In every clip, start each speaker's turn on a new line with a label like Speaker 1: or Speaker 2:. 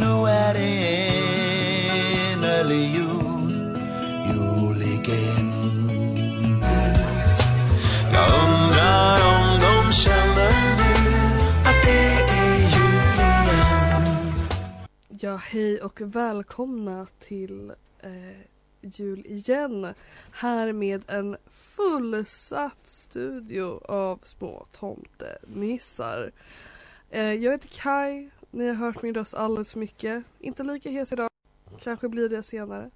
Speaker 1: Nu är det enlig jul, jul igen Jag undrar om de känner nu att det är jul igen
Speaker 2: Ja, hej och välkomna till eh, jul igen. Här med en fullsatt studio av små tomtenissar. Eh, jag heter Kai. Ni har hört min röst alldeles för mycket. Inte lika hes idag. Kanske blir det senare.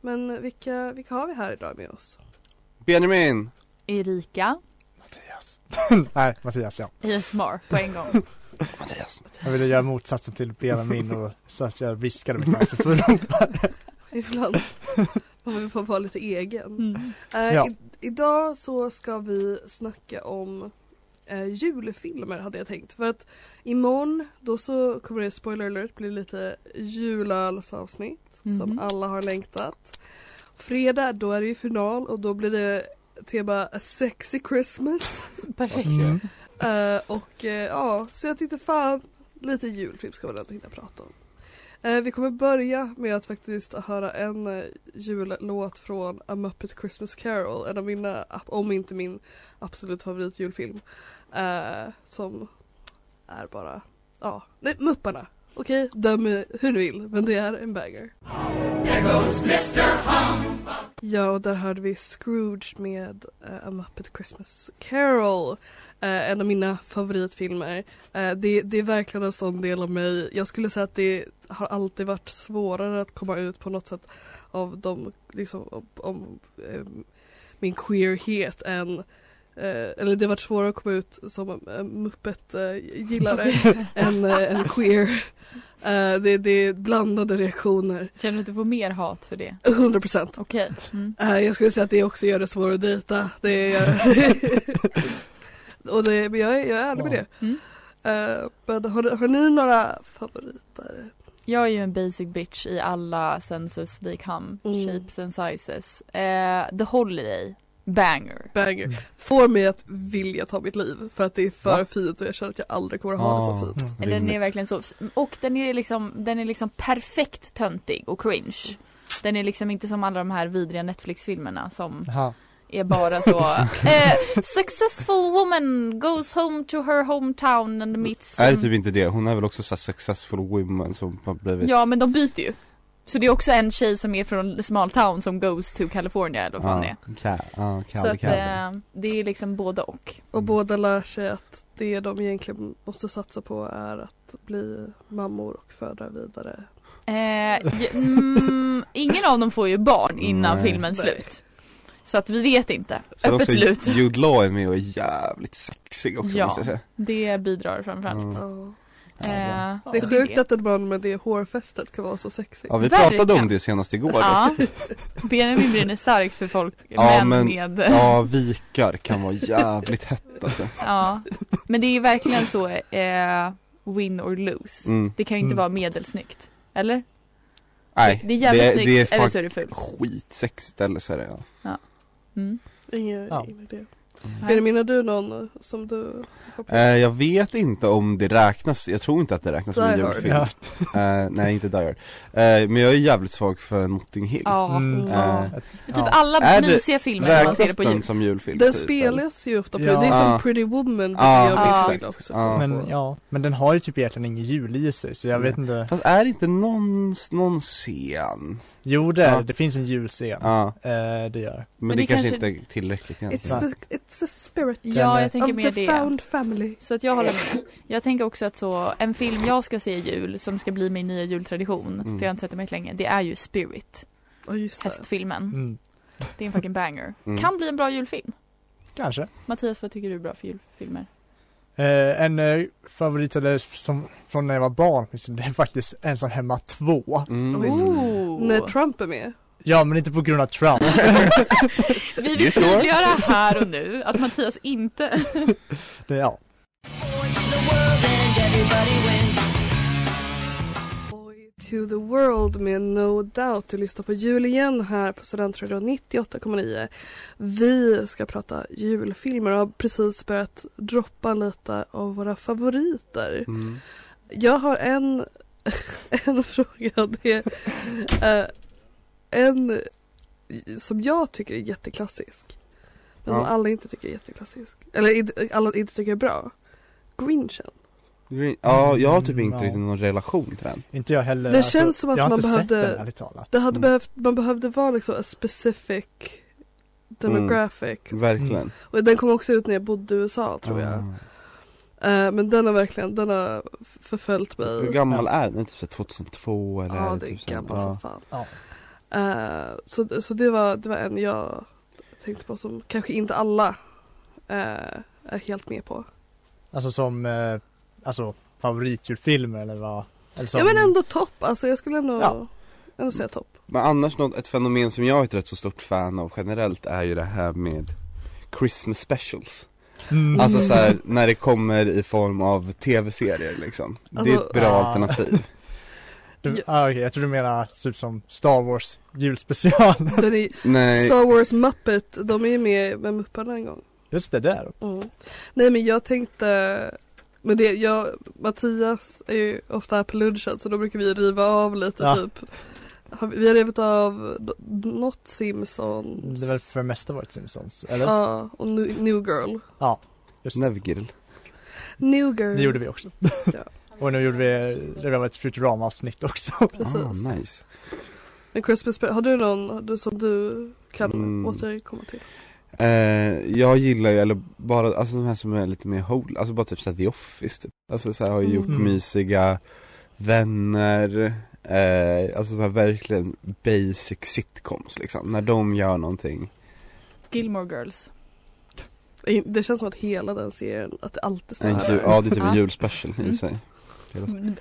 Speaker 2: Men vilka, vilka har vi här idag med oss?
Speaker 3: Benjamin!
Speaker 4: Erika,
Speaker 5: Mattias. Nej, Mattias ja.
Speaker 4: ASMR på en gång.
Speaker 3: Mattias.
Speaker 5: Jag ville göra motsatsen till Benjamin och så att jag viskade med Kajsa för
Speaker 2: Ibland. Man vill få vara lite egen.
Speaker 4: Mm.
Speaker 2: Eh,
Speaker 5: Ja.
Speaker 2: i, idag så ska vi snacka om eh, julfilmer hade jag tänkt. För att imorgon då så kommer det spoiler alert bli lite julalsavsnitt
Speaker 4: Mhm.
Speaker 2: som alla har längtat. Fredag då är det ju final och då blir det tema A sexy Christmas.
Speaker 4: Perfekt.
Speaker 2: Eh, och eh, ja, så jag tyckte fan lite julfilm ska man ändå hinna prata om. Eh, vi kommer börja med att faktiskt höra en eh, jullåt från A Muppet Christmas Carol, en av mina, om inte min absolut favorit julfilm. eh, som är bara, ja, nej Mupparna. Okej, döm eh, hur ni vill, men det är en banger. Ja, och där hörde vi Scrooge med eh, A Muppet Christmas Carol. Eh, en av mina favoritfilmer. Eh, det, det är verkligen en sån del av mig. Jag skulle säga att det har alltid varit svårare att komma ut på något sätt av de, liksom, om, om eh, min queerhet än eh, eller det har varit svårare att komma ut som eh, muppet-gillare än eh, en queer. Eh, det, det är blandade reaktioner.
Speaker 4: Känner du att du får mer hat för det?
Speaker 2: 100 procent.
Speaker 4: Okej. Mm.
Speaker 2: Eh, jag skulle säga att det också gör det svårare att dejta. Det är, och det, men jag, är- jag är ärlig med det.
Speaker 4: Mm.
Speaker 2: Eh, men har, har ni några favoriter?
Speaker 4: Jag är ju en basic bitch i alla senses they come,
Speaker 2: Mm.
Speaker 4: shapes and sizes. Eh, The Holiday, banger.
Speaker 2: Banger.
Speaker 5: Mm.
Speaker 2: Får mig att vilja ta mitt liv för att det är för
Speaker 3: Va?
Speaker 2: fint och jag känner att jag aldrig kommer att ha det så
Speaker 5: Ah.
Speaker 2: fint.
Speaker 4: Den är verkligen så, och den är liksom, den är liksom perfekt töntig och cringe. Den är liksom inte som alla de här vidriga Netflix-filmerna som
Speaker 5: Jaha.
Speaker 4: är bara så eh, Successful woman goes home to her hometown and meets
Speaker 3: Är det typ inte det? Hon är väl också så här successful women som har blivit
Speaker 4: Ja men de byter ju Så det är också en tjej som är från small town som goes to California eller vad fan
Speaker 3: Ah,
Speaker 4: det är
Speaker 3: Ka- ja, Kalle,
Speaker 4: Så att
Speaker 3: Kalle.
Speaker 4: eh, det är liksom både och
Speaker 2: Och båda lär sig att det de egentligen måste satsa på är att bli mammor och föda vidare.
Speaker 4: eh, j- mm, Ingen av dem får ju barn innan
Speaker 3: Nej.
Speaker 4: filmens
Speaker 2: Nej.
Speaker 4: slut Så att vi vet inte,
Speaker 3: Sen
Speaker 4: öppet
Speaker 3: också
Speaker 4: slut
Speaker 3: Jude Law är med och är jävligt sexig också
Speaker 4: Ja.
Speaker 3: måste jag säga
Speaker 4: Det bidrar framförallt
Speaker 3: Mm.
Speaker 2: Ja.
Speaker 4: eh,
Speaker 2: Det är
Speaker 4: så
Speaker 2: sjukt att ett barn med det hårfästet kan vara så sexigt.
Speaker 3: Ja vi
Speaker 4: Verkligen.
Speaker 3: pratade om det senast igår
Speaker 4: Ja, Benjamin brinner starkt för folk,
Speaker 3: Ja,
Speaker 4: män
Speaker 3: men-
Speaker 4: med
Speaker 3: Ja, vikar kan vara jävligt hett alltså
Speaker 4: Ja, men det är ju verkligen så eh, win or lose.
Speaker 3: mm.
Speaker 4: Det kan ju inte
Speaker 5: Mm.
Speaker 4: vara medelsnyggt. Eller?
Speaker 3: Nej,
Speaker 4: det, det är jävligt
Speaker 3: det,
Speaker 4: snyggt
Speaker 3: det är
Speaker 4: eller
Speaker 3: fan
Speaker 4: så är det fult.
Speaker 3: skitsexigt eller så är det ja.
Speaker 4: Mm.
Speaker 2: Ingen,
Speaker 5: Ja.
Speaker 2: ingen idé.
Speaker 4: Nej.
Speaker 2: Benjamin, har du någon som du har på?
Speaker 3: Eh, Jag vet inte om det räknas, jag tror inte att det räknas som en
Speaker 2: Die Hard.
Speaker 3: julfilm
Speaker 5: Ja.
Speaker 3: Eh, Nej inte Die Hard. Eh, Men jag är jävligt svag för Notting Hill
Speaker 4: Ja.
Speaker 5: Mm.
Speaker 2: Ja.
Speaker 3: Eh,
Speaker 4: Typ
Speaker 5: Ja.
Speaker 4: alla
Speaker 3: Är det-
Speaker 4: mysiga filmer som man
Speaker 3: Räknas
Speaker 4: ser på
Speaker 3: den
Speaker 4: jul.
Speaker 3: som julfilm?
Speaker 2: Den
Speaker 3: typ, eller?
Speaker 2: spelas ju ofta på
Speaker 5: Ja.
Speaker 2: Det är som
Speaker 3: Ja.
Speaker 2: Pretty Woman vilket
Speaker 3: Ja,
Speaker 2: jag minns
Speaker 4: exakt.
Speaker 2: till också.
Speaker 3: Ja. Mm.
Speaker 5: Men ja, men den har ju typ egentligen ingen jul i sig så jag vet inte
Speaker 3: Fast är det inte någon, någon scen?
Speaker 5: Jo det,
Speaker 3: Ja.
Speaker 5: det finns en julscen
Speaker 3: Ja,
Speaker 5: eh, Det gör
Speaker 3: men,
Speaker 4: Men
Speaker 3: det,
Speaker 4: det
Speaker 3: kanske,
Speaker 4: kanske-
Speaker 3: inte är tillräckligt egentligen
Speaker 2: It's, the, it's the spirit
Speaker 4: Ja, jag tänker
Speaker 2: of the
Speaker 4: mer det.
Speaker 2: found family.
Speaker 4: Så att jag håller med. Jag tänker också att så, en film jag ska se i jul som ska bli min nya jultradition,
Speaker 3: Mm.
Speaker 4: för jag har inte sett den mycket länge, det är ju Spirit,
Speaker 2: Ja just det.
Speaker 4: hästfilmen.
Speaker 5: mm.
Speaker 4: Det är en fucking banger.
Speaker 3: Mm.
Speaker 4: Kan bli en bra julfilm.
Speaker 5: Kanske
Speaker 4: Mattias, vad tycker du är bra för julfilmer?
Speaker 5: eh, En eh, favorit eller som, från liksom, när jag var barn det är faktiskt Ensam hemma 2
Speaker 3: Mm.
Speaker 2: Oj.
Speaker 4: Oh.
Speaker 2: När Trump är med.
Speaker 5: Ja, men inte på grund av Trump.
Speaker 4: Vi
Speaker 3: You
Speaker 4: vill
Speaker 3: sure?
Speaker 4: tydliggöra här och nu att Mattias inte...
Speaker 5: Det, ja.
Speaker 2: Boy to the world med No Doubt. Du lyssnar på jul igen här på Studentradion 98,9. Vi ska prata julfilmer och har precis börjat droppa lite av våra favoriter.
Speaker 3: Mm.
Speaker 2: Jag har en, en fråga. Det är, eh, en som jag tycker är jätteklassisk. Men som
Speaker 5: Ja.
Speaker 2: alla inte tycker är jätteklassisk. Eller inte- alla inte tycker är bra. Grinchen.
Speaker 3: Green- Ja, jag har typ
Speaker 5: Mm,
Speaker 3: inte
Speaker 5: ja.
Speaker 3: riktigt någon relation till den.
Speaker 5: Inte jag heller. Alltså,
Speaker 2: Det känns som att
Speaker 5: jag har
Speaker 2: man
Speaker 5: inte
Speaker 2: behövde-
Speaker 5: sett den ärligt talat.
Speaker 2: Det hade
Speaker 3: Mm.
Speaker 2: behövt, man behövde vara liksom a specific demographic.
Speaker 3: Mm. Verkligen.
Speaker 2: Och den kom också ut när jag bodde i USA tror
Speaker 3: Mm.
Speaker 2: jag. Eh, men den har verkligen, den har f- förföljt mig.
Speaker 3: Hur gammal är den? Typ så här 2002 eller?
Speaker 2: Ah. Ja,
Speaker 3: är
Speaker 2: det är
Speaker 3: typ så här-
Speaker 2: gammalt som
Speaker 3: ja.
Speaker 2: fan.
Speaker 5: Ja.
Speaker 2: Eh, så så det, var, det var en jag tänkte på som kanske inte alla eh, är helt med på.
Speaker 5: Alltså som, eh, alltså favoritjulfilm eller vad? Eller som,
Speaker 2: Ja men ändå topp, alltså jag skulle ändå,
Speaker 5: Ja.
Speaker 2: ändå säga topp.
Speaker 3: Men annars något, ett fenomen som jag är ett rätt så stort fan av generellt är ju det här med Christmas specials.
Speaker 5: Mm.
Speaker 3: Alltså så här, när det kommer i form av tv-serier liksom. det är ett bra
Speaker 5: Alltså-
Speaker 3: alternativ.
Speaker 5: Du, ah, okej, jag tror du menar typ som Star Wars julspecial.
Speaker 2: Den är,
Speaker 3: Nej,
Speaker 2: Star Wars Muppet, de är ju med med Mupparna en gång.
Speaker 5: Just det, där.
Speaker 2: Mm. Nej men jag tänkte men det, jag, Mattias är ju ofta här på lunchen så då brukar vi riva av lite
Speaker 5: Ja.
Speaker 2: typ Har vi- Vi har rivit av n- något Simpsons
Speaker 5: Mm, Det är väl för det mesta varit Simpsons, eller?
Speaker 2: Ja, och New, New Girl
Speaker 5: Just det.
Speaker 3: Nevgirl.
Speaker 2: New Girl
Speaker 5: Det gjorde vi också.
Speaker 2: Ja.
Speaker 5: Och nu gjorde vi, det var ett Futurama-avsnitt också.
Speaker 2: Precis
Speaker 3: Ah, nice.
Speaker 2: Men Christmas Special, har du någon du, som du kan
Speaker 3: Mm.
Speaker 2: återkomma till?
Speaker 3: Eh, jag gillar ju, eller bara, alltså de här som är lite mer whole, alltså bara typ såhär The Office typ. Alltså såhär har ju gjort
Speaker 5: Mm.
Speaker 3: mysiga vänner, eh, alltså de här verkligen basic sitcoms liksom. När de gör någonting.
Speaker 4: Gilmore Girls.
Speaker 2: Det känns som att hela den serien, att det alltid står
Speaker 3: Nej, inte,
Speaker 2: här.
Speaker 3: ja det är typ en
Speaker 4: Ja.
Speaker 3: julspecial i
Speaker 4: Mm.
Speaker 3: sig.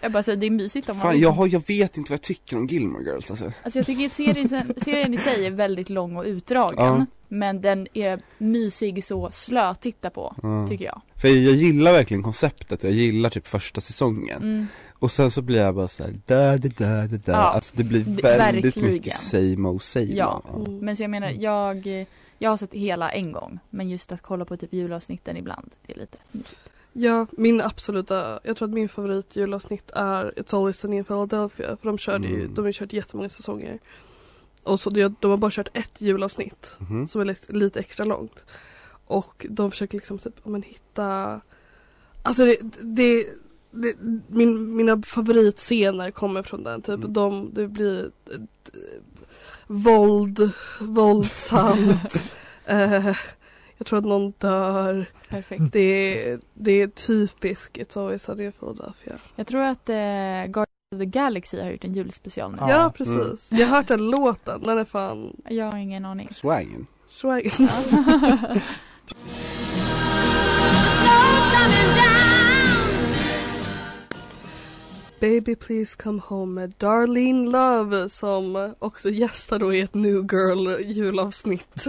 Speaker 4: Jag bara säger, det är mysigt om man...
Speaker 3: Fan jag, har, jag vet inte vad jag tycker om Gilmore Girls alltså.
Speaker 4: Alltså jag tycker serien, serien i sig är väldigt lång och utdragen.
Speaker 3: Ja.
Speaker 4: Men den är mysig så slö att titta på,
Speaker 3: Ja.
Speaker 4: tycker jag.
Speaker 3: För jag gillar verkligen konceptet och jag gillar typ första säsongen.
Speaker 4: Mm.
Speaker 3: Och sen så blir jag bara såhär, da da da da da.
Speaker 4: Ja,
Speaker 3: Alltså det blir
Speaker 4: v-
Speaker 3: väldigt
Speaker 4: verkligen.
Speaker 3: mycket same och same.
Speaker 4: Ja.
Speaker 2: Mm.
Speaker 4: Men så jag menar, jag, jag har sett hela en gång. Men just att kolla på typ julavsnitten ibland, det är lite mysigt.
Speaker 2: Ja, min absoluta, jag tror att min favorit julavsnitt är It's Always Sunny in Philadelphia för de körde ju,
Speaker 3: Mm.
Speaker 2: de har ju kört jättemånga säsonger. Och så de, de har bara kört ett julavsnitt
Speaker 3: Mhm.
Speaker 2: som är lite, lite extra långt. Och de försöker liksom typ, ja, men hitta, alltså det, det, det min, mina favoritscener kommer från den typ,
Speaker 3: Mm.
Speaker 2: de, det blir eh, våld, våldsamt, eh, jag tror att någon dör.
Speaker 4: Perfekt.
Speaker 3: Mm.
Speaker 2: Det är, det är typiskt It's always sunny in Philadelphia.
Speaker 4: Jag tror att eh, Guardians of the Galaxy har gjort en julspecial nu.
Speaker 5: Ja.
Speaker 2: Ja, precis. Jag har hört den låten. Den är fan
Speaker 4: Jag har ingen aning.
Speaker 3: Swagen.
Speaker 2: swag. Baby please come home med Darlene Love som också gästar då i ett New Girl julavsnitt.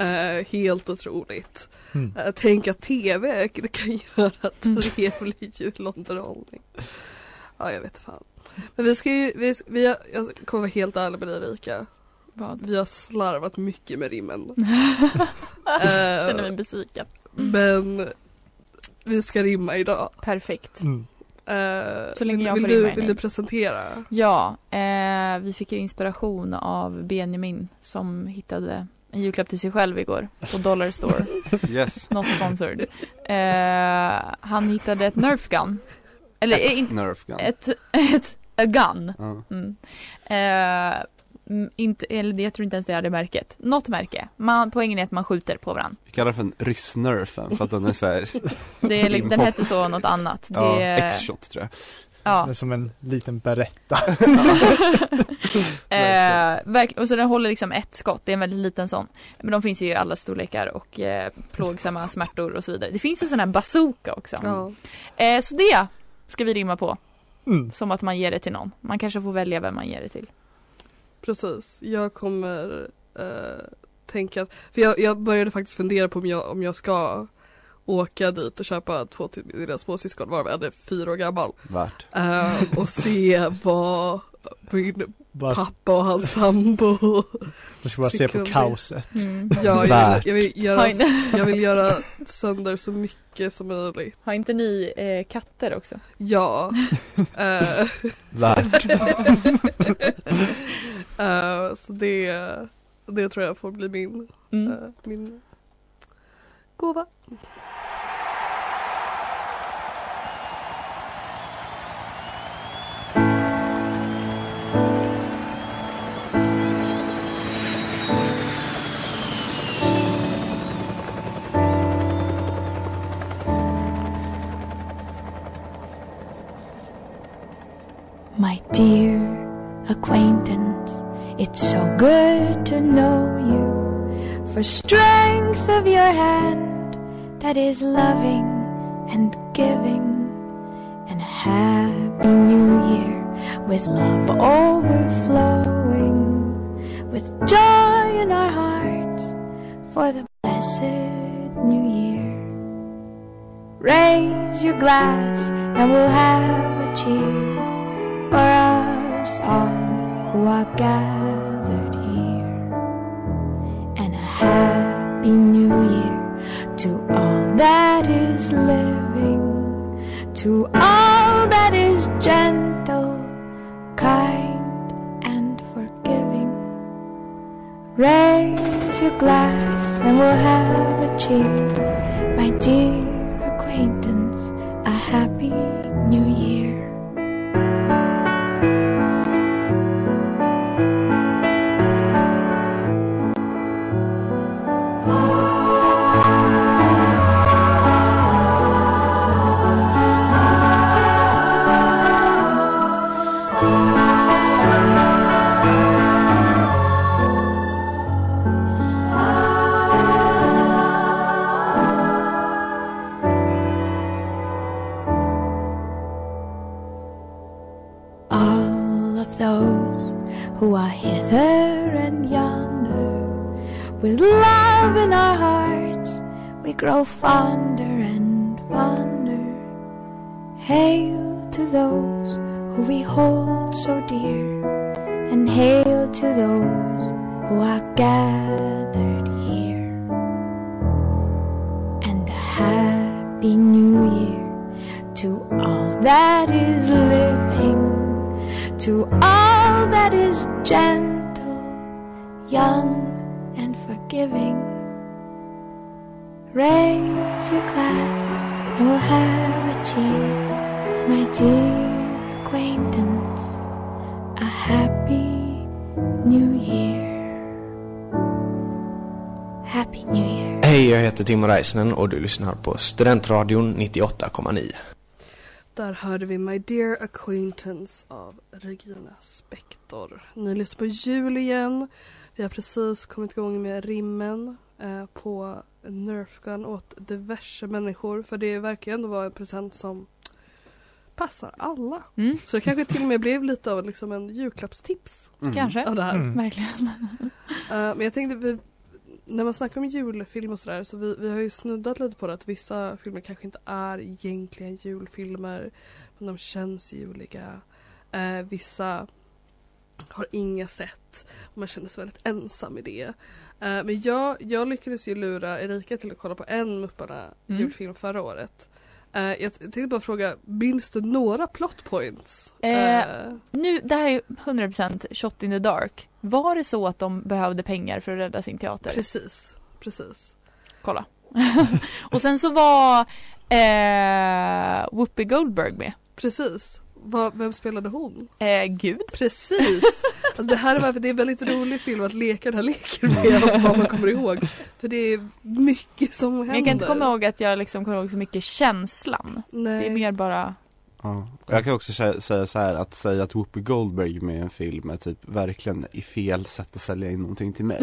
Speaker 2: Eh, helt otroligt.
Speaker 5: Mm.
Speaker 2: Eh, Tänk att tv kan göra trevlig julunderhållning. Ja, jag vet fan. Men vi ska ju, vi, vi har, jag kommer vara helt ärlig med dig Erika.
Speaker 4: Vad?
Speaker 2: Vi har slarvat mycket med rimmen. Eh,
Speaker 4: Känner mig besviken.
Speaker 2: men vi ska rimma idag.
Speaker 4: Perfekt.
Speaker 5: Mm.
Speaker 2: Eh,
Speaker 4: Så länge
Speaker 2: vill-
Speaker 4: jag
Speaker 2: vill
Speaker 4: får
Speaker 2: du,
Speaker 4: rimma,
Speaker 2: Vill
Speaker 4: nej.
Speaker 2: du presentera?
Speaker 4: Ja, eh, vi fick ju inspiration av Benjamin som hittade en julklapp till sig själv igår på Dollar Store.
Speaker 3: Yes.
Speaker 4: Not sponsored. Eh, han hittade ett Nerf gun. Eller eh, in,
Speaker 3: Nerf gun.
Speaker 4: ett, ett a gun.
Speaker 3: Ja.
Speaker 4: Mm. Eh, mm, inte, eller det- jag tror inte ens det är det märket. Något märke. Man, poängen är att man skjuter på varandra.
Speaker 3: Vi kallar den för en ryssnerfen för att den är såhär,
Speaker 4: Det är, li- den hette så något annat. Det,
Speaker 3: ja, X-shot tror jag.
Speaker 4: ja.
Speaker 5: Det är som en liten beretta.
Speaker 4: Eh, verkligen. och så den håller liksom ett skott, det är en väldigt liten sån. Men de finns ju i alla storlekar och eh, plågsamma smärtor och så vidare. Det finns ju sån här bazooka också.
Speaker 2: Ja.
Speaker 4: Eh, så det ska vi rimma på,
Speaker 5: Mm.
Speaker 4: som att man ger det till någon. Man kanske får välja vem man ger det till.
Speaker 2: Precis, jag kommer eh, tänka att, för jag, jag började faktiskt fundera på om jag, om jag ska åka dit och köpa två till till deras småsyskon varav en är fyra år gammal
Speaker 3: Vart?
Speaker 2: eh, och se vad min
Speaker 5: Bara,
Speaker 2: pappa och hans sambo
Speaker 5: jag ska bara se på kaoset.
Speaker 4: Mm.
Speaker 2: Ja, jag,
Speaker 3: Värt.
Speaker 2: vill- jag, vill
Speaker 4: Har,
Speaker 2: göra,
Speaker 4: inte,
Speaker 2: jag vill göra sönder så mycket som möjligt.
Speaker 4: har inte ni eh, katter också?
Speaker 2: Ja. Eh,
Speaker 3: Vart?
Speaker 2: eh, så det, det tror jag får bli min,
Speaker 4: Mm.
Speaker 2: eh, min gåva.
Speaker 6: My dear acquaintance, it's so good to know you. For strength of your hand that is loving and giving, and a happy new year with love overflowing, with joy in our hearts for the blessed new year. Raise your glass and we'll have a cheer for us all who are gathered here. And a happy new year to all that is living, to all that is gentle, kind, and forgiving. Raise your glass and we'll have a cheer, my dear acquaintance, a happy new year. all of those who are hither and yonder. With love in our hearts, we grow fonder and fonder. Hail to those who we hold so dear, and hail to those who are gathered here. And a happy new year to all that is living to all that is gentle, young, and forgiving. Raise your glass and we'll have a cheer, my dear acquaintance. A happy new year. Happy new year.
Speaker 1: Hej, jag heter Timo Räisänen och du lyssnar på Studentradion 98,9.
Speaker 2: Där hörde vi My Dear Acquaintance av Regina Spektor. Ni lyssnar på jul igen. Vi har precis kommit igång med rimmen eh, på Nerfgun åt diverse människor. För det verkar ju ändå vara en present som passar alla.
Speaker 4: Mm.
Speaker 2: Så det kanske till och med blev lite av liksom en julklappstips
Speaker 3: Mm.
Speaker 4: Kanske.
Speaker 2: av det här.
Speaker 5: Mm.
Speaker 4: Verkligen.
Speaker 2: Eh, men jag tänkte, vi, när man snackar om julfilm och sådär så vi, vi har ju snuddat lite på det att vissa filmer kanske inte är egentligen julfilmer men de känns juliga. Eh, vissa har inga sätt och man känner sig väldigt ensam i det. Eh, men jag, jag lyckades ju lura Erika till att kolla på en Mupparna
Speaker 4: Mm.
Speaker 2: julfilm förra året. Eh, jag t- tänkte bara fråga, minns du några plot points?
Speaker 4: Eh,
Speaker 2: Eh,
Speaker 4: Nu, det här är 100% shot in the dark. Var det så att de behövde pengar för att rädda sin teater?
Speaker 2: precis, precis.
Speaker 4: Kolla. och sen så var eh, Whoopi Goldberg med.
Speaker 2: Precis. Vad- vem spelade hon?
Speaker 4: Eh, gud.
Speaker 2: Precis! Alltså, det här är varför det är en väldigt rolig film att leka den här leken med
Speaker 3: Mm.
Speaker 2: om vad man kommer ihåg. För det är mycket som händer.
Speaker 4: Men jag kan inte komma ihåg att jag liksom kommer ihåg så mycket känslan.
Speaker 2: Nej.
Speaker 4: Det är mer bara,
Speaker 3: Ja. Och Jag kan också sä- säga så här att säga att Whoopi Goldberg med en film är typ verkligen i fel sätt att sälja in någonting till mig.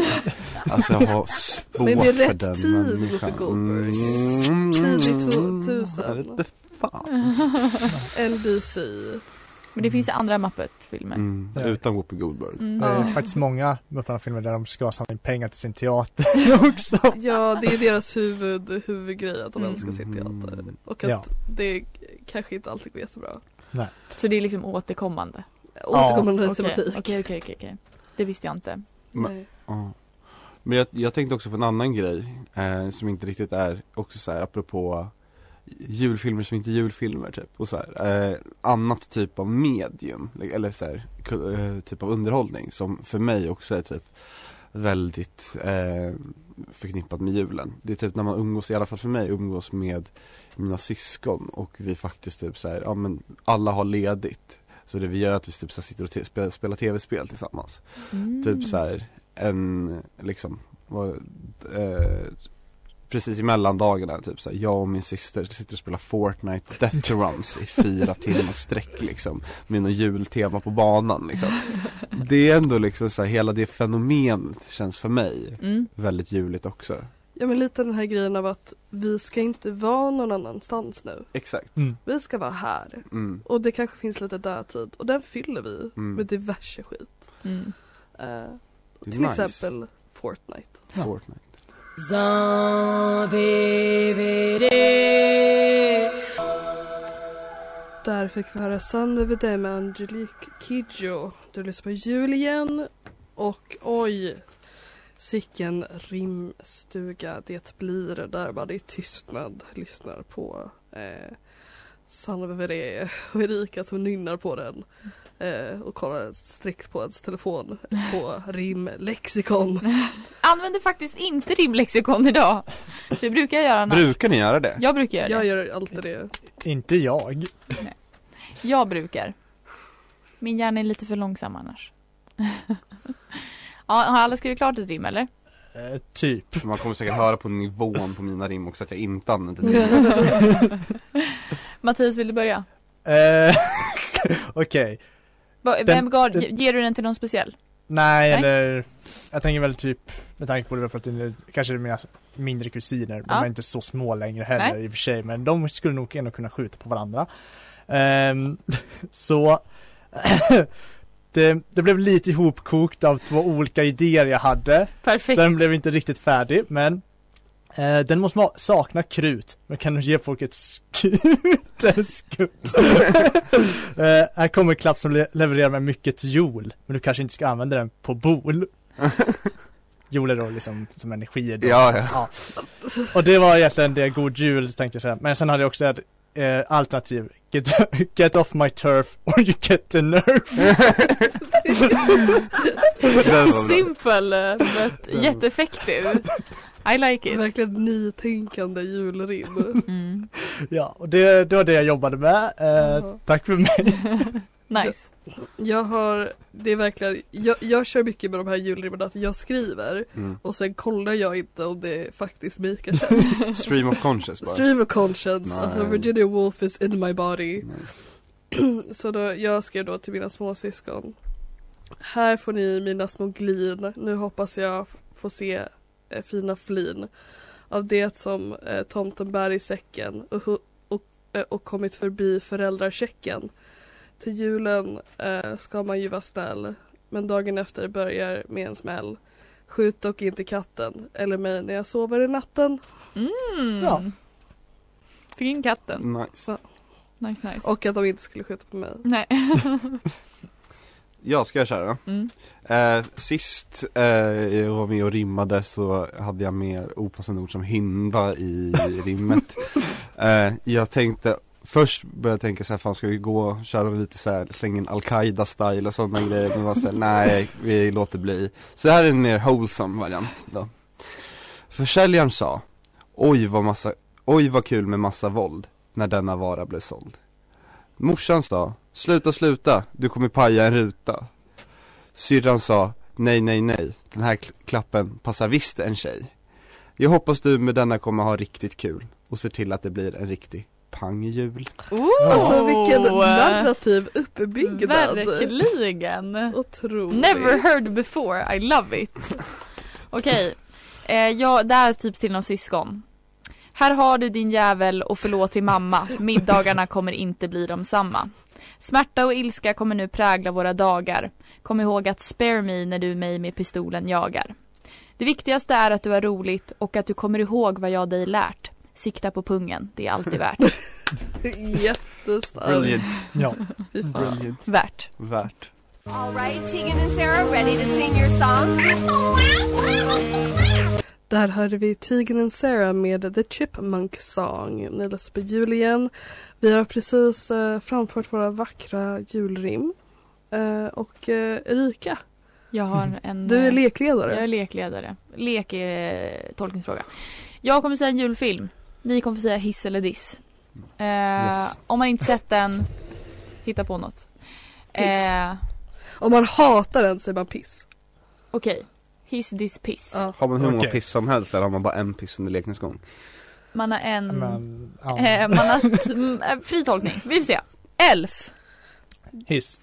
Speaker 3: Alltså jag har svårt
Speaker 2: Men det är
Speaker 3: för
Speaker 2: rätt
Speaker 3: den
Speaker 2: tid, Whoopi
Speaker 3: människan.
Speaker 2: Goldberg.
Speaker 3: Mm.
Speaker 2: Tidigt
Speaker 3: Jag
Speaker 2: 2000.
Speaker 3: vet inte fan.
Speaker 2: NBC.
Speaker 4: Men det finns ju andra Muppet-filmer.
Speaker 3: Mm. Eh.
Speaker 5: Ja.
Speaker 3: Utan Whoopi Goldberg.
Speaker 4: Mm.
Speaker 5: Det är
Speaker 2: Ja.
Speaker 5: faktiskt många Mupparna-filmer där de ska samla in pengar till sin teater också.
Speaker 2: Ja, det är deras huvud, huvudgrej att de
Speaker 4: Mm.
Speaker 2: älskar sin teater.
Speaker 3: Mm.
Speaker 2: Och att
Speaker 5: Ja.
Speaker 2: det kanske inte alltid går jättebra.
Speaker 4: Så det är liksom återkommande.
Speaker 2: Återkommande
Speaker 4: Okej,
Speaker 2: tematik.
Speaker 4: Okej, okej, okej, okej. Det visste jag inte.
Speaker 3: Men-
Speaker 2: Nej.
Speaker 3: Ja. Men jag, jag tänkte också på en annan grej eh, som inte riktigt är också så här apropå julfilmer som inte är julfilmer typ och så här, eh, annat typ av medium li- eller så här, ku- eh, typ av underhållning som för mig också är typ väldigt eh, förknippat med julen. Det är typ när man umgås, i alla fall för mig, umgås med mina syskon och vi faktiskt typ så här, ja men alla har ledigt. Så det vi gör är att vi typ så här sitter och te- spelar, spelar tv-spel tillsammans.
Speaker 4: Mm.
Speaker 3: Typ så här en liksom vad, eh, Precis i mellandagarna typ så här, jag och min syster sitter och spelar Fortnite Death Runs i fyra timmar sträck liksom Med något jultema på banan liksom Det är ändå liksom så här, hela det fenomenet känns för mig
Speaker 4: Mm.
Speaker 3: väldigt juligt också
Speaker 2: Ja men lite den här grejen av att vi ska inte vara någon annanstans nu.
Speaker 3: Exakt
Speaker 5: Mm.
Speaker 2: Vi ska vara här.
Speaker 3: mm.
Speaker 2: Och det kanske finns lite dödtid och den fyller vi
Speaker 3: Mm.
Speaker 2: med diverse skit.
Speaker 4: Mm.
Speaker 2: Eh,
Speaker 3: Det är
Speaker 2: till
Speaker 3: nice.
Speaker 2: exempel Fortnite.
Speaker 3: Fortnite
Speaker 2: Där fick vi höra Sun över dig med Angelique Kidjo. Du lyssnar på jul igen och oj sicken rimstuga det blir där man i tystnad lyssnar på eh, Sun över dig och Erika som nynnar på den eh, och kollar strikt på ens telefon på rimlexikon.
Speaker 4: Använder faktiskt inte rimlexikon idag. Det brukar jag göra annars.
Speaker 3: Brukar ni göra det?
Speaker 4: jag brukar göra det.
Speaker 2: Jag gör alltid det.
Speaker 5: Inte jag.
Speaker 4: Jag brukar. Min hjärna är lite för långsam annars. ja, har alla skrivit klart ett rim eller?
Speaker 5: Eh, typ.
Speaker 3: För man kommer säkert höra på nivån på mina rim också att jag inte använder det
Speaker 4: Mattias, vill du börja?
Speaker 5: Eh, Okej.
Speaker 4: Va-
Speaker 5: Den-
Speaker 4: Vem gav,
Speaker 5: den-
Speaker 4: ge- ger du den till någon speciell?
Speaker 5: Nej,
Speaker 4: Nej.
Speaker 5: eller jag tänker väl typ med tanke på det vi har pratat om, kanske det är mina mindre kusiner,
Speaker 4: Ja.
Speaker 5: de är inte så små längre heller
Speaker 4: Nej.
Speaker 5: i och för sig, men de skulle nog ändå kunna skjuta på varandra. Ehm, så det, det blev lite ihopkokt av två olika idéer jag hade.
Speaker 4: Perfekt.
Speaker 5: Den blev inte riktigt färdig, men eh, den måste ma- sakna krut, men kan du ge folk ett skut? Eller skutt? eh, här kommer en klapp som le- levererar mig mycket till jol, men du kanske inte ska använda den på bol. Jol är då liksom som energi då.
Speaker 3: Ja, ja.
Speaker 5: Ja. Och det var egentligen det, god jul tänkte jag säga. Men sen hade jag också ett eh, alternativ. Get, get off my turf or you get the nerf.
Speaker 3: Den var bra.
Speaker 4: Simpel, eh, but jätteeffektiv. I like it.
Speaker 2: Verkligen nytänkande julrim.
Speaker 4: Mm.
Speaker 5: Ja, och det, det var det jag jobbade med. Eh,
Speaker 2: Ja.
Speaker 5: tack för mig.
Speaker 4: Nice.
Speaker 2: Jag har, det är verkligen, jag, jag kör mycket med de här julrimmen att jag skriver
Speaker 3: mm.
Speaker 2: och sen kollar jag inte om det faktiskt maker sense.
Speaker 3: Stream of conscious bara
Speaker 2: Stream of conscience,
Speaker 3: Nej.
Speaker 2: alltså Virginia Woolf is in my body.
Speaker 3: Nice.
Speaker 2: Så då, jag skrev då till mina småsyskon. Här får ni mina små glin, nu hoppas jag f- få se eh, fina flin av det som eh, tomten bär i säcken och, hu- och, eh, och kommit förbi föräldrachecken. Till julen eh, ska man ju vara snäll men dagen efter börjar med en smäll. Skjut dock inte katten eller mig när jag sover i natten.
Speaker 4: Mm.
Speaker 5: Ja.
Speaker 4: Fick in katten.
Speaker 3: nice
Speaker 4: Nice, nice.
Speaker 2: Och att de inte skulle skjuta på mig.
Speaker 4: Nej.
Speaker 3: Ja, ska jag köra då?
Speaker 4: Mm.
Speaker 3: Eh, sist eh, jag var med och rimmade så hade jag med opassande ord som hynda i rimmet eh, Jag tänkte Först började jag tänka såhär, fan ska vi gå och köra lite såhär, slänga in Al-Qaida style och sådana grejer Men var såhär, nej vi låter bli Så det här är en mer wholesome variant då Försäljaren sa Oj vad massa, oj vad kul med massa våld När denna vara blev såld Morsan sa, sluta sluta, du kommer paja en ruta Syrran sa, nej nej nej, den här kl- klappen passar visst en tjej Jag hoppas du med denna kommer ha riktigt kul och ser till att det blir en riktig pangjul
Speaker 4: Ooh.
Speaker 2: Alltså vilken
Speaker 4: Oh.
Speaker 2: narrativ uppbyggnad.
Speaker 4: Verkligen.
Speaker 2: Otroligt.
Speaker 4: Never heard before, I love it. Okej, eh, jag, det här är typ till någon syskon. Här har du din jävel och förlåt till mamma. Middagarna kommer inte bli de samma. Smärta och ilska kommer nu prägla våra dagar. Kom ihåg att spare me när du mig med pistolen jagar. Det viktigaste är att du har roligt och att du kommer ihåg vad jag dig lärt. Sikta på pungen, det är alltid värt.
Speaker 2: Jättestark.
Speaker 3: Brilliant.
Speaker 5: Ja.
Speaker 2: Fy fan.
Speaker 3: Brilliant.
Speaker 4: Värt.
Speaker 3: Värt.
Speaker 7: All right, Tegan and Sarah, ready to sing your song?
Speaker 2: Där hörde vi Tigern and Sarah med The Chipmunk Song. Ni läser på jul igen. Vi har precis eh, framfört våra vackra julrim. Eh, och eh, Erika,
Speaker 4: Jag har en...
Speaker 2: du är
Speaker 4: eh,
Speaker 2: lekledare.
Speaker 4: Jag är lekledare. Lek är eh, tolkningsfråga. Jag kommer säga en julfilm. Ni kommer säga hiss eller diss. Eh,
Speaker 3: Yes.
Speaker 4: Om man inte sett den, hitta på något. Eh,
Speaker 2: Om man hatar den säger man piss.
Speaker 4: Okej, hiss, diss, piss.
Speaker 2: Ja.
Speaker 3: Har man hur många
Speaker 5: Okej.
Speaker 3: piss som helst eller har man bara en piss under lekens gång?
Speaker 4: Man har en...
Speaker 5: Men, ja.
Speaker 4: Mm. Eh, man har t- m- eh, fri tolkning. Vi får se. Elf,
Speaker 5: Hiss.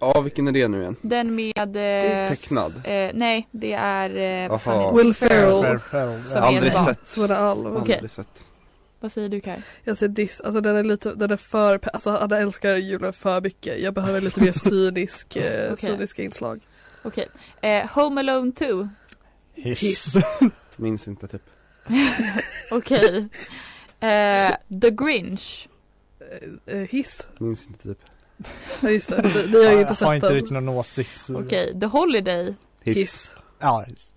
Speaker 3: Ja, vilken är det nu igen?
Speaker 4: den med... Eh,
Speaker 3: Tecknad?
Speaker 4: eh, nej, det är... Eh, vad fan
Speaker 3: Aha.
Speaker 4: heter det?
Speaker 2: Will Ferrell,
Speaker 5: Ferrell.
Speaker 4: Som
Speaker 3: Jag
Speaker 4: är
Speaker 3: har aldrig
Speaker 4: ett barn.
Speaker 3: sett.
Speaker 2: Svåra Alv.
Speaker 4: Okej.
Speaker 3: Aldrig sett.
Speaker 4: Vad säger du Kaj?
Speaker 2: Jag ser diss, alltså den är lite, den är för, pe- alltså alla älskar julen för mycket. Jag behöver lite mer cynisk, eh,
Speaker 4: Okej.
Speaker 2: cyniska inslag.
Speaker 4: Okej. Eh, Home Alone 2.
Speaker 5: Hiss.
Speaker 3: Minns inte typ.
Speaker 4: Okej. eh, The Grinch.
Speaker 2: Eh, eh, hiss,
Speaker 3: Minns inte typ.
Speaker 2: ja just det, ni, ni har ju inte sett
Speaker 5: har inte
Speaker 2: den.
Speaker 5: riktigt någon åsikt. så-
Speaker 4: Okej, The Holiday.
Speaker 3: Hiss.
Speaker 2: Hiss.
Speaker 5: Ja, hiss.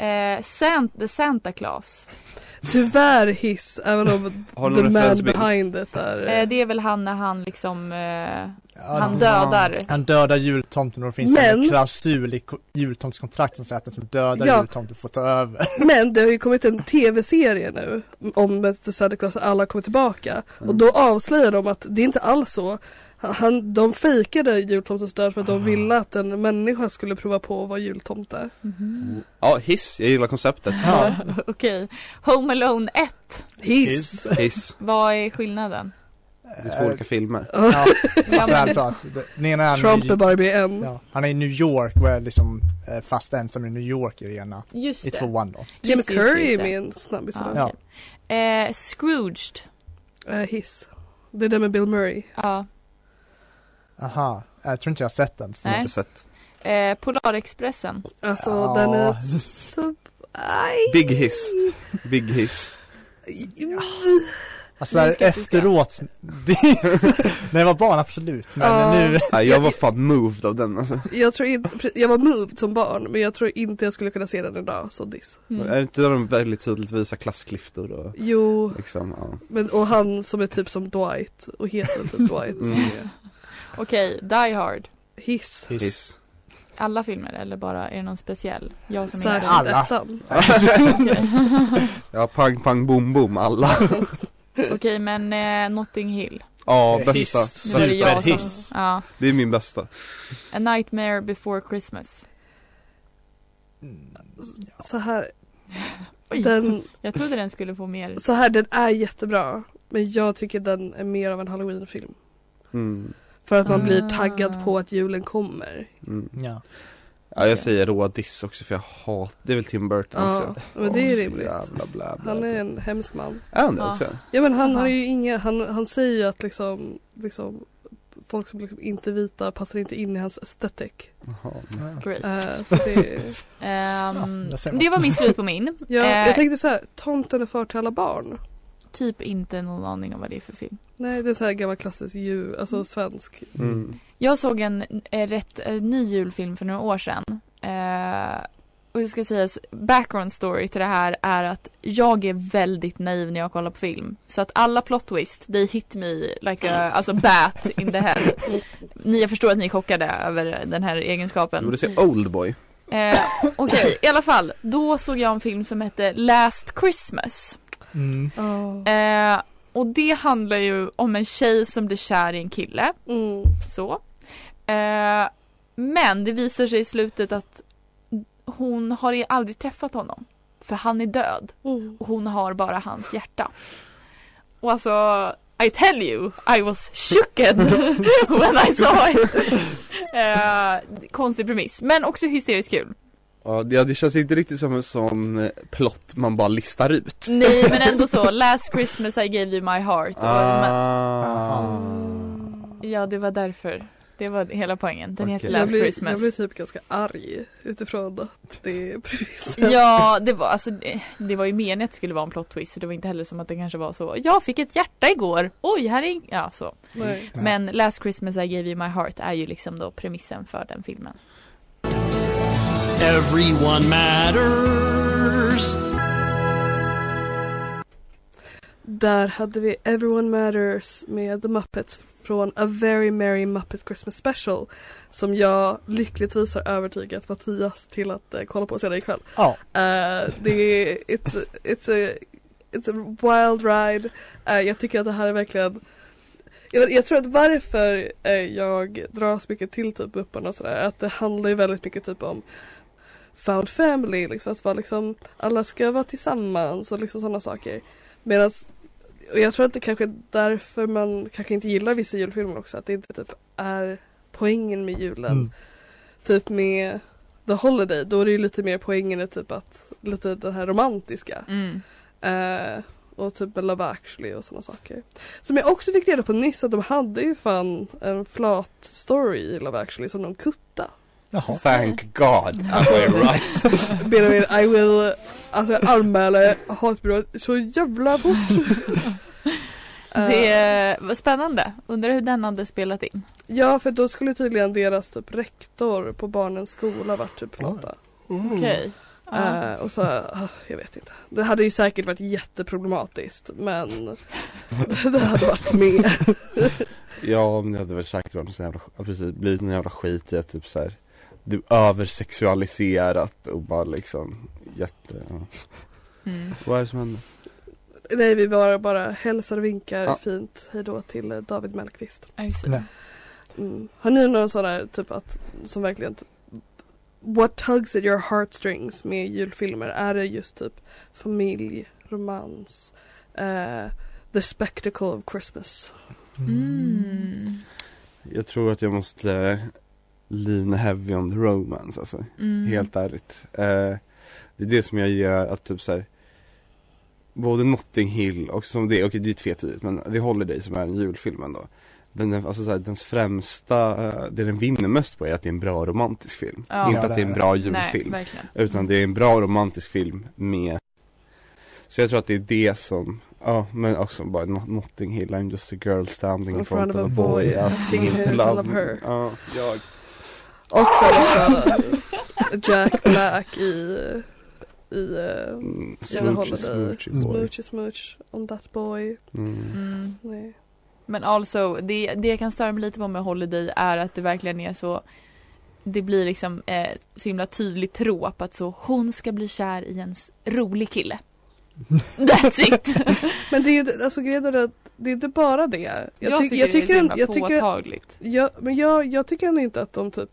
Speaker 4: Eh, San- The Santa Claus.
Speaker 2: Tyvärr hiss, även om
Speaker 3: Har du
Speaker 2: the
Speaker 3: någon
Speaker 2: man
Speaker 3: referensbild?
Speaker 2: behind it är...
Speaker 4: Eh, det är väl han när han liksom, eh,
Speaker 5: Ja,
Speaker 4: han
Speaker 5: de-
Speaker 4: dödar.
Speaker 5: Han dödar jultomten och det finns
Speaker 2: Men-
Speaker 5: en klausul i ko- jultomtskontrakt som säger att den som dödar
Speaker 2: Ja.
Speaker 5: jultomten får ta över.
Speaker 2: Men det har ju kommit en tv-serie nu om The Santa Claus alla kommer tillbaka och då avslöjar de att det är inte alls så. Han, de fejkade jultomtens död för att de ville att en människa skulle prova på att vara jultomte.
Speaker 4: Mhm.
Speaker 3: Ja, hiss. Jag gillar konceptet.
Speaker 5: Ja.
Speaker 4: Okej. Home Alone 1.
Speaker 2: Hiss!
Speaker 3: Hiss.
Speaker 4: Vad är skillnaden?
Speaker 3: Det är två olika filmer.
Speaker 5: Eh, Ja,
Speaker 4: Ja,
Speaker 5: så här
Speaker 4: men-
Speaker 5: tror jag att det- den ena är han
Speaker 2: Trump är
Speaker 5: i,
Speaker 2: bara med en.
Speaker 5: ja, han är i New York och är liksom eh, fast ensam i New York i det ena.
Speaker 4: Just
Speaker 5: I
Speaker 4: det.
Speaker 5: tvåan då.
Speaker 2: Jim
Speaker 4: Just det, just det,
Speaker 2: Curry
Speaker 4: just
Speaker 2: är
Speaker 4: det.
Speaker 2: med en snabbis.
Speaker 4: Ja,
Speaker 2: idag.
Speaker 5: Ja.
Speaker 4: okej. Eh, Scrooged.
Speaker 2: Eh, hiss. Det är den med Bill Murray.
Speaker 4: Ja.
Speaker 5: Aha, jag tror inte jag har sett den. Så.
Speaker 3: Som jag
Speaker 4: Nej.
Speaker 3: inte sett.
Speaker 4: Eh, Polarexpressen.
Speaker 2: Alltså
Speaker 5: Ja.
Speaker 2: den är så... Aj.
Speaker 3: Big hiss. Big hiss.
Speaker 5: Alltså här,
Speaker 4: Vi ska- vi ska.
Speaker 5: efteråt, diss. när jag var barn absolut, men
Speaker 2: Ja.
Speaker 5: nu,
Speaker 3: Nej, jag var fan moved av den alltså.
Speaker 2: Jag tror inte, jag var moved som barn men jag tror inte jag skulle kunna se den idag, så diss.
Speaker 4: Mm.
Speaker 5: Eh.
Speaker 3: Är det inte där de väldigt tydligt visar klassklyftor och
Speaker 2: Jo,
Speaker 3: liksom, ja.
Speaker 2: Men, och han som är typ som Dwight och heter typ Dwight. som
Speaker 3: Mm.
Speaker 2: är
Speaker 4: Okej, Die Hard.
Speaker 2: Hiss.
Speaker 5: hiss.
Speaker 3: Hiss.
Speaker 4: Alla filmer eller bara är det någon speciell? Jag som
Speaker 2: Särskilt
Speaker 4: inte...
Speaker 5: Alla.
Speaker 2: ettan.
Speaker 3: ja, pang, pang, boom, boom, alla.
Speaker 4: Okej men eh, Notting Hill.
Speaker 3: Ja,
Speaker 5: Hiss.
Speaker 3: bästa.
Speaker 4: Nu är det
Speaker 3: bästa.
Speaker 4: jag
Speaker 5: Superhiss.
Speaker 4: som... Ja.
Speaker 3: Det är min bästa.
Speaker 4: A Nightmare Before Christmas.
Speaker 2: Så här,
Speaker 4: Oj.
Speaker 2: den,
Speaker 4: Jag trodde den skulle få mer.
Speaker 2: så här, den är jättebra. Men jag tycker den är mer av en halloweenfilm.
Speaker 3: Mm.
Speaker 2: För att man blir
Speaker 4: Ah.
Speaker 2: taggad på att julen kommer.
Speaker 3: Mm.
Speaker 5: Ja.
Speaker 3: Ja, jag
Speaker 4: Okej.
Speaker 3: säger råa diss också för jag hatar, det är väl Tim Burton
Speaker 2: Ja,
Speaker 3: också.
Speaker 2: men det är
Speaker 3: Åh, så
Speaker 2: rimligt.
Speaker 3: Jävla bla, bla,
Speaker 2: Han är
Speaker 3: bla.
Speaker 2: en hemsk man.
Speaker 3: Är han det
Speaker 4: Ja.
Speaker 3: också?
Speaker 2: Ja men han
Speaker 4: Aha.
Speaker 2: har ju inga, han, han säger ju att liksom, liksom folk som liksom inte är vita passar inte in i hans estetik.
Speaker 3: Jaha.
Speaker 4: Great.
Speaker 2: Eh, så det,
Speaker 4: Ehm,
Speaker 5: där ser man.
Speaker 4: det var min slut på min.
Speaker 2: ja,
Speaker 4: Eh.
Speaker 2: jag tänkte så här, tomten är för till alla barn.
Speaker 4: Typ inte någon aning om vad det är för film.
Speaker 2: Nej det är så här gammal klassisk ju, alltså svensk.
Speaker 3: Mm.
Speaker 4: Jag såg en eh, rätt eh, ny julfilm för några år sedan. Eh, och jag ska säga, background story till det här är att jag är väldigt naiv när jag kollar på film. Så att alla plot twist, they hit me like a alltså bat in the head. Ni, jag förstår att ni är chockade över den här
Speaker 3: Du
Speaker 4: egenskapen.
Speaker 3: borde säga Oldboy.
Speaker 4: Eh, Okej, i alla fall. Då såg jag en film som hette Last Christmas.
Speaker 5: Mm.
Speaker 2: Ja.
Speaker 4: Eh, och det handlar ju om en tjej som blir kär i en kille.
Speaker 2: Mm.
Speaker 4: Så. Eh, men det visar sig i slutet att hon har ju aldrig träffat honom. För han är död
Speaker 2: Mm.
Speaker 4: och hon har bara hans hjärta. Och alltså, I tell you, I was shooked when I saw it. Eh, konstig premiss, men också hysteriskt kul.
Speaker 3: Ja, det, ja, det känns inte riktigt som en sån eh, plott man bara listar ut.
Speaker 4: Nej men ändå så, last Christmas I gave you my heart. Och, men,
Speaker 8: Ah.
Speaker 4: ja det var därför. Det var hela poängen. Den heter
Speaker 8: Okej.
Speaker 2: Jag
Speaker 4: Last
Speaker 2: blir,
Speaker 4: Christmas.
Speaker 2: jag blir typ ganska arg utifrån att det är premissen.
Speaker 4: Ja, det var, alltså, det- det var ju meningen att det skulle vara en plot twist. så Det var inte heller som att det kanske var så. Jag fick ett hjärta igår. Oj, här är ing-" Ja, så.
Speaker 2: Nej.
Speaker 5: Ja.
Speaker 4: Men Last Christmas I gave you my heart är ju liksom då premissen för den filmen.
Speaker 9: Everyone matters.
Speaker 2: Där hade vi Everyone Matters med The Muppets från A Very Merry Muppet Christmas Special som jag lyckligtvis har övertygat Mattias till att eh, kolla på senare ikväll.
Speaker 5: Ja.
Speaker 2: Eh, det är, it's, it's, a, it's a wild ride. Eh, jag tycker att det här är verkligen jag, jag tror att varför eh, jag dras mycket till typ Mupparna och sådär är att det handlar ju väldigt mycket typ om found family, liksom att vara liksom alla ska vara tillsammans och liksom sådana saker. Medan och jag tror att det kanske är därför man kanske inte gillar vissa julfilmer också att det inte typ är poängen med julen.
Speaker 5: Mm.
Speaker 2: Typ med The Holiday då är det ju lite mer poängen är typ att lite den här romantiska.
Speaker 4: Mm.
Speaker 2: Eh, och typ med Love actually och sådana saker. Som jag också fick reda på nyss att de hade ju fan en flat story i Love actually som de kutta. Mm.
Speaker 5: Jaha.
Speaker 3: Thank God, am I right?
Speaker 2: Benjamin, I will alltså jag anmäler hatbrott så jävla fort. Eh,
Speaker 4: Det var spännande. Undrar hur den hade spelat in.
Speaker 2: Ja för då skulle tydligen deras typ rektor på barnens skola varit typ flata.
Speaker 3: Mm.
Speaker 4: Okej. Ja.
Speaker 2: Eh, och så, ah, jag vet inte. Det hade ju säkert varit jätteproblematiskt men det hade varit med.
Speaker 3: Ja, men det hade väl säkert varit någon sån jävla, ja, precis, blivit någon jävla skit i att typ så här, du översexualiserat och bara liksom jätte, ja.
Speaker 4: Mm.
Speaker 3: Vad är det som händer?
Speaker 2: Nej vi bara, bara hälsar och vinkar
Speaker 3: Ja.
Speaker 2: fint hejdå till eh, David Mellqvist.
Speaker 4: I see.
Speaker 5: Nej.
Speaker 2: Mm. Har ni någon sån här typ att som verkligen typ, What tugs at your heartstrings med julfilmer? Är det just typ familj, romans, eh, the spectacle of Christmas?
Speaker 4: Mm.
Speaker 3: Jag tror att jag måste eh, lean heavy on the romance alltså.
Speaker 4: Mm.
Speaker 3: Helt ärligt. Eh, det är det som jag gör att typ så här. Både Notting Hill och som det, okej det är tvetydigt men The Holiday som är en julfilm ändå. Den, den- alltså så här, dens främsta, eh, det den vinner mest på är att det är en bra romantisk film.
Speaker 4: Ja.
Speaker 3: Inte
Speaker 5: Ja,
Speaker 3: att det är en
Speaker 5: det är
Speaker 3: bra
Speaker 4: Nej,
Speaker 3: julfilm.
Speaker 4: verkligen.
Speaker 3: utan det är en bra romantisk film med Så jag tror att det är det som, ja men också bara Not- Notting Hill, I'm just a girl standing in front of a boy asking him to love me.
Speaker 2: her.
Speaker 3: Ja, jag
Speaker 2: Och sen också liksom Jack Black i, i eh,
Speaker 3: Mm,
Speaker 2: håller
Speaker 3: Smoochy,
Speaker 2: dig.
Speaker 3: smoochy boy.
Speaker 2: Smooch is smooch on that boy.
Speaker 3: Mm.
Speaker 4: Mm.
Speaker 2: Nej.
Speaker 4: Men also, det, det jag kan störa mig lite på med Holiday är att det verkligen är så det blir liksom eh, så himla tydlig tråp att så hon ska bli kär i en s- rolig kille. That's it!
Speaker 2: Men det är ju, alltså grejen är att det är inte bara det.
Speaker 4: jag,
Speaker 2: tyck-
Speaker 4: tycker det är så himla
Speaker 2: jag tycker,
Speaker 4: påtagligt.
Speaker 2: jag, men jag, jag tycker ändå inte att de typ,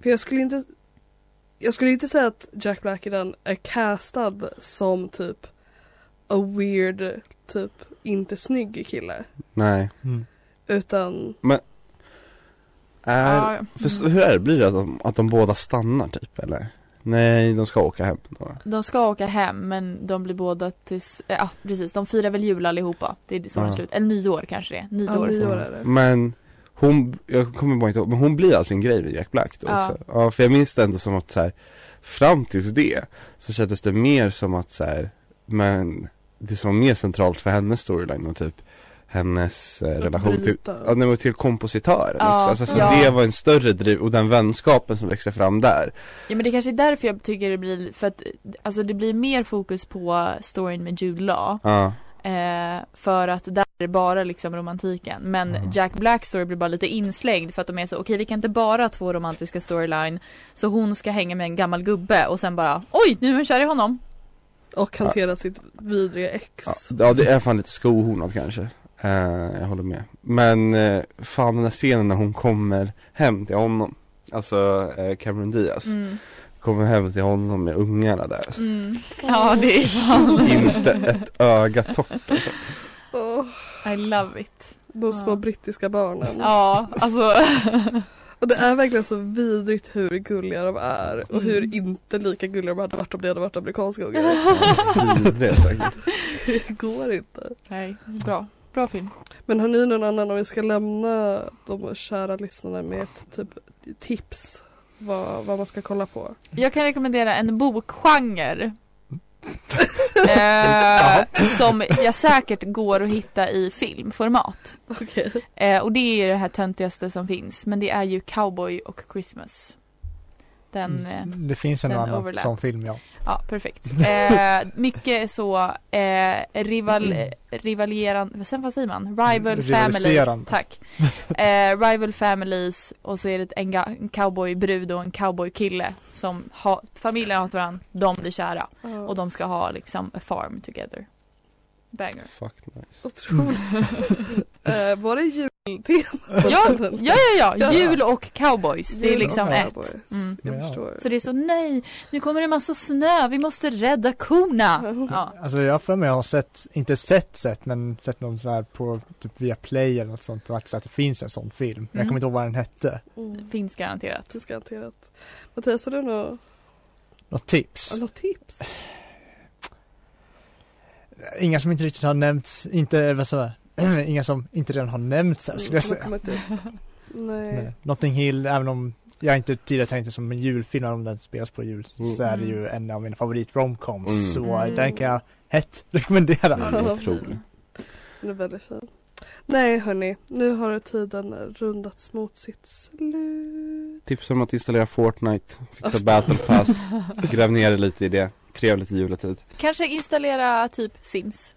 Speaker 2: för jag skulle inte, jag skulle inte säga att Jack Black i den är castad som typ a weird, typ inte snygg kille.
Speaker 3: Nej
Speaker 5: Mm.
Speaker 2: Utan,
Speaker 3: Är,
Speaker 4: Ja, mm.
Speaker 3: för, s- hur är det, blir det att de, att de båda stannar typ eller? Nej, de ska åka hem då.
Speaker 4: De ska åka hem men de blir båda tills, eh, ja precis, de firar väl jul allihopa. Det är så
Speaker 3: Ja.
Speaker 4: den slut. Eller nyår kanske det är.
Speaker 2: ja,
Speaker 4: Nyår.
Speaker 2: nio år är det.
Speaker 3: Men hon, jag kommer bara inte ihåg, men hon blir alltså en grej med Jack Black då
Speaker 4: Ja.
Speaker 3: också. Ja, för jag minns det ändå som att så här, fram tills det så kändes det mer som att så här, men det som var mer centralt för hennes storyline och typ hennes eh, relation till
Speaker 2: Bryta.
Speaker 3: Ja, nej, men till kompositören
Speaker 4: Ja,
Speaker 3: också. Alltså, så
Speaker 4: ja.
Speaker 3: det var en större driv och den vänskapen som växte fram där.
Speaker 4: Ja men det kanske är därför jag tycker det blir, för att alltså det blir mer fokus på storyn med Jude Law.
Speaker 3: Ja,
Speaker 4: Eh, för att där är det bara liksom romantiken. Men
Speaker 5: Ja.
Speaker 4: Jack Blacks story blir bara lite inslängd för att de är så, okej vi kan inte bara ha två romantiska storyline. Så hon ska hänga med en gammal gubbe och sen bara, oj nu är hon kär i honom.
Speaker 2: Och hantera sitt vidriga ex.
Speaker 3: ja, ja det är fan lite skohornat kanske. Eh, jag håller med. Men eh, fan den här scenen när hon kommer hem till honom. Alltså eh, Cameron Diaz.
Speaker 4: Mm,
Speaker 3: Kommer hem till honom med ungarna där. Alltså.
Speaker 4: mm. Ja det är fan,
Speaker 3: Inte ett öga torrt alltså.
Speaker 2: Åh,
Speaker 4: I love it.
Speaker 2: de små
Speaker 4: Ja.
Speaker 2: brittiska barnen.
Speaker 4: Ja alltså,
Speaker 2: Och det är verkligen så vidrigt hur gulliga de är och hur
Speaker 4: Mm.
Speaker 2: inte lika gulliga de hade varit om det hade varit amerikanska ungar.
Speaker 10: Vidriga säkert.
Speaker 2: Det går inte.
Speaker 4: Nej, bra. Bra film.
Speaker 2: Men har ni någon annan, om vi ska lämna de kära lyssnarna med ett typ tips vad, vad man ska kolla på?
Speaker 4: Jag kan rekommendera en bokgenre. eh, som jag säkert går att hitta i filmformat.
Speaker 2: Okej.
Speaker 4: Eh, och det är ju det här töntigaste som finns. Men det är ju Cowboy och Christmas. Den, eh,
Speaker 2: Mm.
Speaker 5: Mm. det finns en
Speaker 4: den
Speaker 5: annan
Speaker 4: overlap.
Speaker 5: sån film ja.
Speaker 4: ja perfekt. Eh, mycket så eh, rival,
Speaker 2: Mm.
Speaker 4: rivalierande, vad sen vad säger man? Rival families.
Speaker 5: Rivaliserande.
Speaker 4: Tack. Eh, rival families och så är det en, ga- en cowboybrud och en cowboykille som ha, familjen hatar varandra, de blir kära.
Speaker 2: Ja.
Speaker 4: Och de ska ha liksom a farm together. Banger.
Speaker 10: Fuck nice.
Speaker 2: Otroligt.
Speaker 4: Mm.
Speaker 2: Eh, var det jultema?
Speaker 4: Ja, ja, ja, ja.
Speaker 2: Ja.
Speaker 4: Jul och cowboys. det är
Speaker 2: Jul och
Speaker 4: liksom ett.
Speaker 2: cowboys.
Speaker 4: Mm.
Speaker 2: Jag
Speaker 5: Ja.
Speaker 2: förstår.
Speaker 4: Så det är så nej, nu kommer det massa snö, vi måste rädda korna. Ja.
Speaker 5: Alltså jag har för mig jag har sett, inte sett sett men sett någon sån här på typ via play eller något sånt och att, att det finns en sån film. Men Jag
Speaker 4: Mm.
Speaker 5: kommer inte ihåg vad den hette.
Speaker 2: Mm.
Speaker 4: Finns garanterat.
Speaker 2: Det ska hanterat. Mattias, har du något,
Speaker 5: Något tips?
Speaker 2: något tips?
Speaker 4: Alltså-
Speaker 5: Inga som inte riktigt har nämnts, inte, vad sa jag? Inga som inte redan har nämnts här skulle Alltså, jag
Speaker 2: Mm,
Speaker 4: Mm.
Speaker 2: Som har
Speaker 5: säga.
Speaker 2: kommit ut? Nej.
Speaker 5: Nej. Notting Hill, även om jag inte tidigare tänkte som en julfilm, även om den spelas på jul,
Speaker 10: Mm.
Speaker 5: så är det ju en av mina favorit romcoms.
Speaker 10: Mm.
Speaker 5: Så
Speaker 4: Mm.
Speaker 5: den kan jag hett rekommendera.
Speaker 10: Den
Speaker 2: Ja,
Speaker 10: är
Speaker 2: vad
Speaker 10: otrolig.
Speaker 2: Den är väldigt fin. Nej hörni, nu har tiden rundats mot sitt slut.
Speaker 10: Tips om att installera Fortnite, fixa battle pass, gräv ner er lite i det. Trevligt i juletid.
Speaker 4: Kanske installera typ Sims.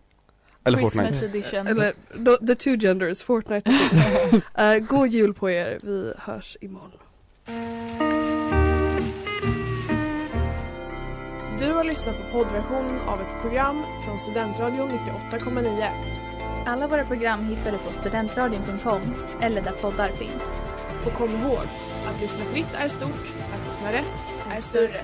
Speaker 10: Eller
Speaker 4: Christmas
Speaker 10: Fortnite.
Speaker 4: edition.
Speaker 2: Eller the, the two genders, Fortnite och Sims. Eh, God jul på er, vi hörs imorgon.
Speaker 11: Du har lyssnat på poddversionen av ett program från Studentradion 98,9.
Speaker 4: Alla våra program hittar du på studentradion.com eller där poddar finns.
Speaker 11: Och kom ihåg, att lyssna fritt är stort, att lyssna rätt är större.